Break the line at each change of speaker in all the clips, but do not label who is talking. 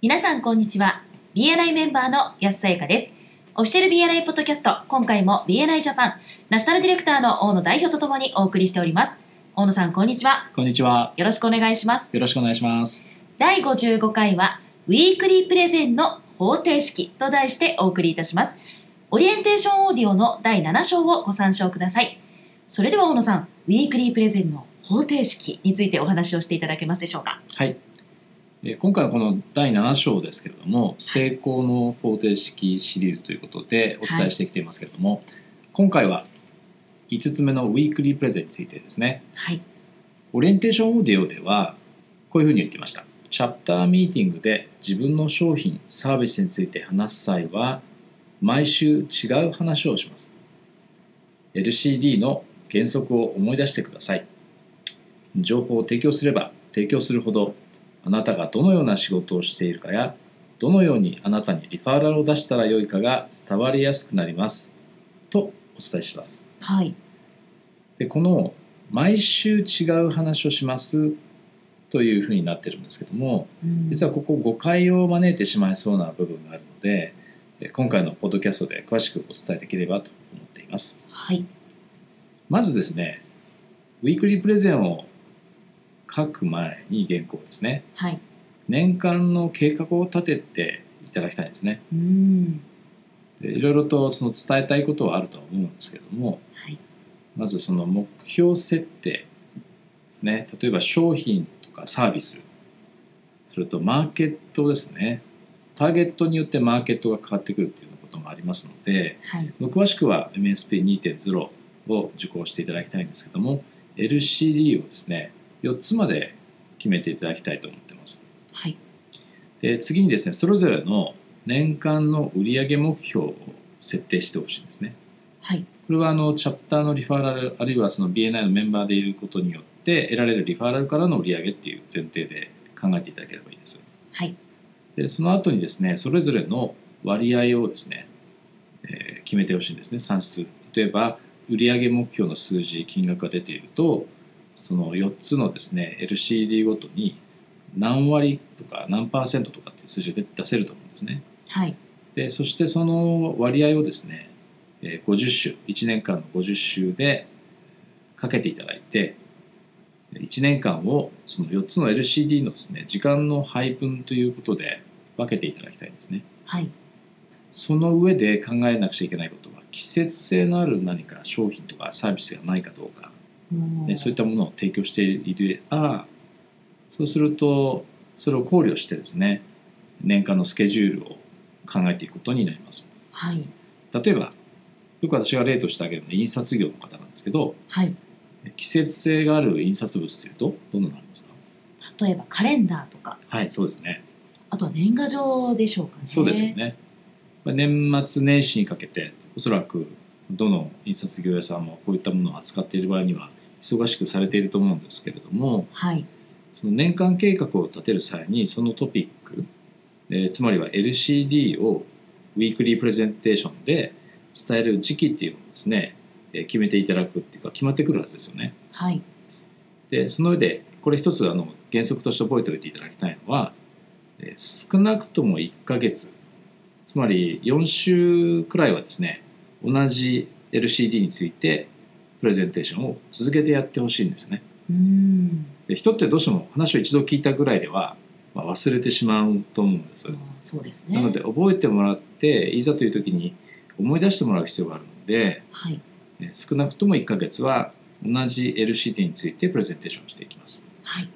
皆さんこんにちは BNI メンバーの安さゆかですオフィシャル BNI ポッドキャスト今回も BNI ジャパンナショナルディレクターの大野代表とともにお送りしております大野さんこんにちは
こんにちは。
よろしくお願いします
よろしくお願いします。
第55回はウィークリープレゼンの方程式と題してお送りいたしますオリエンテーションオーディオの第7章をご参照くださいそれでは大野さんウィークリープレゼンの方程式についてお話をしていただけますでしょうか
はい。えー今回はこの第7章ですけれども、成功の方程式シリーズということでお伝えしてきていますけれども、今回は5つ目のウィークリープレゼンについてですね、
はい
オリエンテーションオーディオではこういうふうに言っていました。チャプターミーティングで自分の商品、サービスについて話す際は、毎週違う話をします。LCD の原則を思い出してください。情報を提供すれば提供するほどあなたがどのような仕事をしているかやどのようにあなたにリファーラルを出したらよいかが伝わりやすくなりますとお伝えします
はい
でこの「毎週違う話をします」というふうになってるんですけども実
は
はここ誤解を招いてしまいそうな部分があるのでえ今回のポッドキャストで詳しくお伝えできればと思っています
はい
まずですねウィークリープレゼンを書く前に原稿ですね
はい
年間の計画を立てていただきたいんですね
うーん
でいろいろとその伝えたいことはあるとは思うんですけども
はい
まずその目標設定ですね例えば商品とかサービスそれとマーケットですねターゲットによってマーケットが変わってくるっていうようなこともありますので
はい
詳しくは MSP2.0 を受講していただきたいんですけども LCD をですね4つまで決めていただきたいと思ってます
はい
で次にですねそれぞれの年間の売上目標を設定してほしいんですね
はい
これはあのチャプターのリファーラルあるいはその BNI のメンバーでいることによって得られるリファーラルからの売上っていう前提で考えていただければいいです
はい
でその後にですねそれぞれの割合をですね、えー決めてほしいんですね算数例えば売上目標の数字金額が出ているとその4つのですね LCD ごとに何割とか何パーセントとかっていう数字が出出せると思うんですね
はい
でそしてその割合をですねえー50週1年間の50週でかけていただいて1年間をその4つの LCD のですね時間の配分ということで分けていただきたいんですね
はい
その上で考えなくちゃいけないことは季節性のある何か商品とかサービスがないかどうか
も
ね、そういったものを提供していればそうするとそれを考慮してですね年間のスケジュールを考えていくことになります
はい
例えばよく私が例としてあげるのは印刷業の方なんですけど
はい
季節性がある印刷物というとどんなのありますか
例えばカレンダーとか
はいそうですね
あとは年賀状でしょうかね
そうですよね、まあ年末年始にかけておそらくどの印刷業者さんもこういったものを扱っている場合には忙しくされていると思うんですけれども、
はい
その年間計画を立てる際にそのトピック、えーつまりは LCD をウィークリープレゼンテーションで伝える時期っていうのをですね、えー決めていただくっていうか決まってくるはずですよね。
はい
でその上でこれ一つあの原則として覚えておいていただきたいのは、えー少なくとも1ヶ月つまり4週くらいはですね同じ LCD についてプレゼンテーションを続けてやってほしいんですね。
うーん
で人ってどうしても話を一度聞いたぐらいでは、まあ、忘れてしまうと思うんです、
まあそうですね
なので覚えてもらっていざという時に思い出してもらう必要があるので
はい
え少なくとも1ヶ月は同じ LCD についてプレゼンテーションしていきます
はい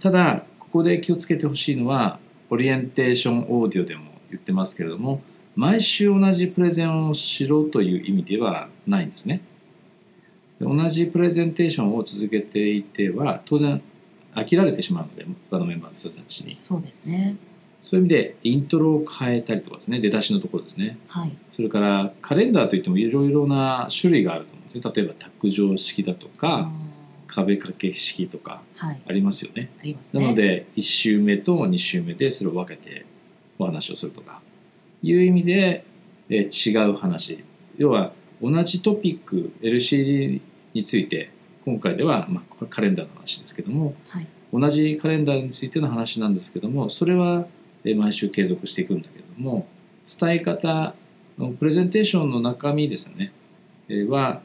ただここで気をつけてほしいのはオリエンテーションオーディオでも言ってますけれども毎週同じプレゼンをしろという意味ではないんですねで同じプレゼンテーションを続けていては当然飽きられてしまうので他のメンバーの人たちに
そうですね
そういう意味でイントロを変えたりとかですね出だしのところですね
はい
それからカレンダーといってもいろいろな種類があると思うんですね例えば卓上式だと
あ
か壁掛け式とか
ーはい
ありますよね
あります
な
ね
ので1週目と2週目でそれを分けてお話をするとかいう意味で、えー違う話要は同じトピック LCD について今回では、まあ、これカレンダーの話ですけども
はい
同じカレンダーについての話なんですけどもそれはで毎週継続していくんだけども伝え方のプレゼンテーションの中身ですよね、えーは、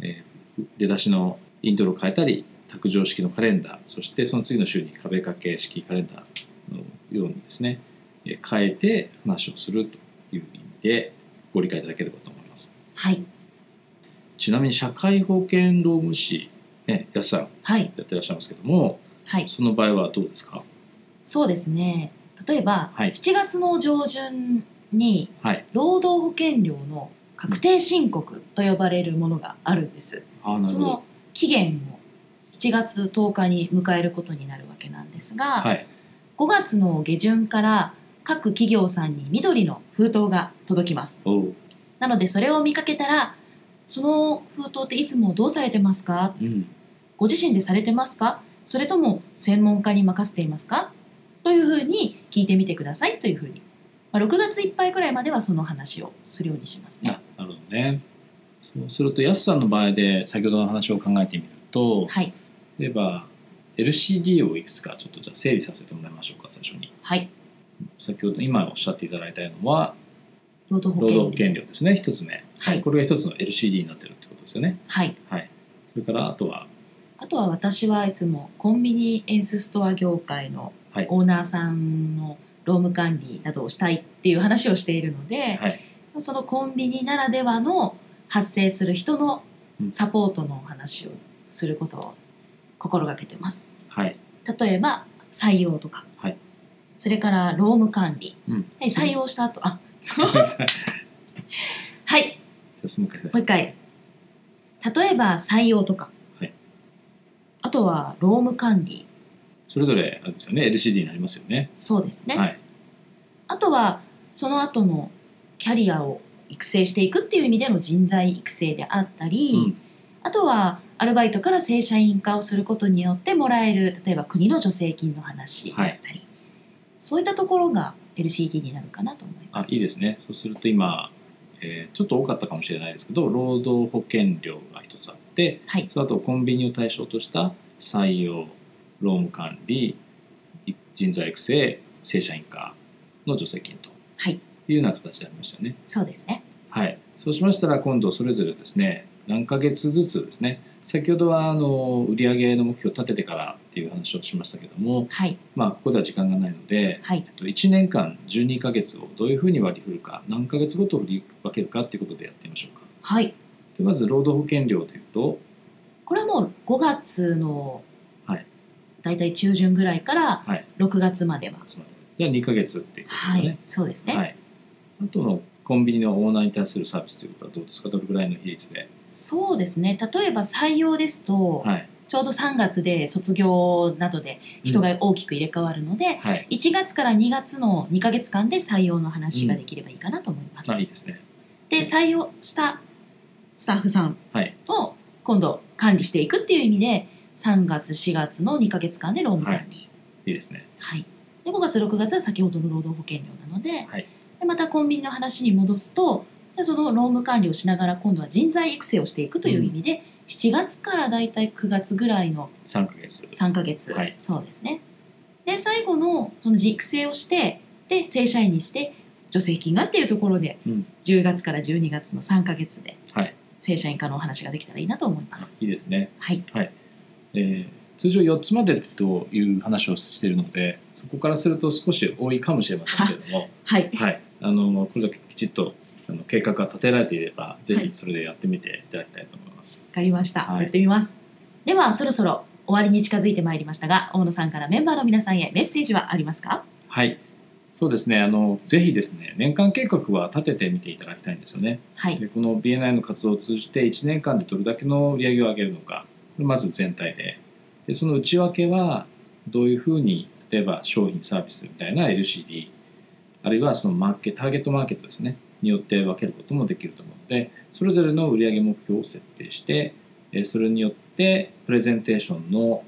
えー出だしのイントロを変えたり卓上式のカレンダーそしてその次の週に壁掛け式カレンダーのようにですねえー変えて話をするという意味でご理解いただければと思います。
はい
ちなみに社会保険労務士、ね、安さん
はい
やってらっしゃいますけども
はい
その場合はどうですか
そうですね例えば、
はい
7月の上旬に
はい
労働保険料の確定申告と呼ばれるものがあるんです、
あーなる
そ
ほど
の期限を7月10日に迎えることになるわけなんですが、
はい
5月の下旬から各企業さんに緑の封筒が届きます
おう、
なのでそれを見かけたらその封筒っていつもどうされてますか
うん、
ご自身でされてますかそれとも専門家に任せていますかというふうに聞いてみてくださいというふうに、まあ、6月いっぱいくらいまではその話をするようにしますね。
あなるほどねそうすると安さんの場合で先ほどの話を考えてみると
はい、
例えば LCD をいくつかちょっとじゃあ整理させてもらいましょうか最初に
はい、
先ほど今おっしゃっていただいたのは
労働保
労
険
働保険料ですね一つ目、
はい
これが一つの LCD になってるってことですよね
はい、
はいそれからあとは
あとは私はいつもコンビニエンスストア業界の
はい
オーナーさんの労務管理などをしたいっていう話をしているので、
はい
そのコンビニならではの発生する人のサポートのお話をすることを心がけてます。
はい
例えば採用とか、
はい
それから労務管理、
うん
はい、採用した後、あ
ごめんなさい
はい
すみません
もう一回例えば採用とか、
はい
あとは労務管理
それぞれあれですよね LCD になりますよね
そうですね、
はい
あとはその後のキャリアを育成していくっていう意味での人材育成であったり、
うん
あとはアルバイトから正社員化をすることによってもらえる例えば国の助成金の話だったり、そういったところが LCD になるかなと思いま
あ
す。
いいですねそうすると今、えーちょっと多かったかもしれないですけど労働保険料が一つあって
はい、
その後コンビニを対象とした採用労務管理い人材育成正社員化の助成金と
はい、
いうような形になりましたね
そうですね。
はいそうしましたら今度それぞれですね何ヶ月ずつですね先ほどはあの売上の目標を立ててからっていう話をしましたけども
はい、
まあここでは時間がないので
はい
え、っと1年間12ヶ月をどういうふうに割り振るか何ヶ月ごと振り分けるかっていうことでやってみましょうか
はい。
でまず労働保険料というと
これはもう5月の、
はい、
だいたい中旬ぐらいから
はい
6月までは、
つまりじゃあ2ヶ月っていうことです
は
よ
い
ね、
そうですね。
いあとのコンビニのオーナーに対するサービスということはどうですかどれぐらいの比率で
そうですね。例えば採用ですと、
はい
ちょうど3月で卒業などで人が大きく入れ替わるので、
はい
1月から2月の2ヶ月間で採用の話ができればいいかなと思います。
まあいいですね
で採用したスタッフさん
はい
を今度管理していくっていう意味で3月4月の2ヶ月間で労務管理、
いいですね
はいで5月6月は先ほどの労働保険料なので,、
はい
でまたコンビニの話に戻すとでその労務管理をしながら今度は人材育成をしていくという意味で、7月からだいたい9月ぐらいの
3ヶ月
3ヶ月、
はい
そうですねで最後のその育成をしてで正社員にして助成金がっていうところで、
うん
10月から12月の3ヶ月で
はい
正社員化のお話ができたらいいなと思います。
いいですね、
はい、
えー通常4つまでという話をしているのでそこからすると少し多いかもしれませんけれども
はい、
はい、あのこれだけきちっとあの計画が立てられていればぜ
はい
ひそれでやってみていただきたいと思います。
わかりました、
はい
やってみますではそろそろ終わりに近づいてまいりましたが大野さんからメンバーの皆さんへメッセージはありますか
はい、そうですねあのぜひですね年間計画は立ててみていただきたいんですよね。
はい
でこの BNI の活動を通じて1年間でどれだけの売り上げを上げるのかこれまず全体ででその内訳はどういうふうに例えば商品サービスみたいな LCD あるいはそのマーケターゲットマーケットですねによって分けることもできると思うのでそれぞれの売上目標を設定してえーそれによってプレゼンテーションの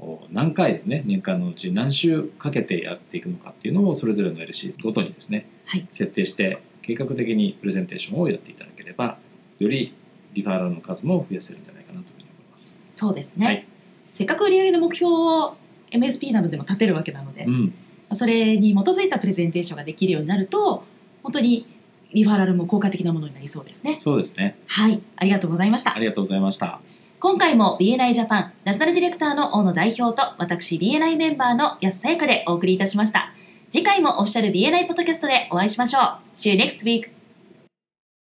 お何回ですね年間のうち何週かけてやっていくのかっていうのをそれぞれの LC ごとにですね設定して計画的にプレゼンテーションをやっていただければよりリファーラルの数も増やせるんじゃないかなというふうに思います。
そうですね、
はい
せっかく売上の目標を MSP などでも立てるわけなので、
うん、
それに基づいたプレゼンテーションができるようになると本当にリファラルも効果的なものになりそうですね
そうですね
はいありがとうございました
ありがとうございました
今回も BNI ジャパンナショナルディレクターの大野代表と私 BNI メンバーの安さやかでお送りいたしました次回もオフィシャル BNI ポッドキャストでお会いしましょう See you next week!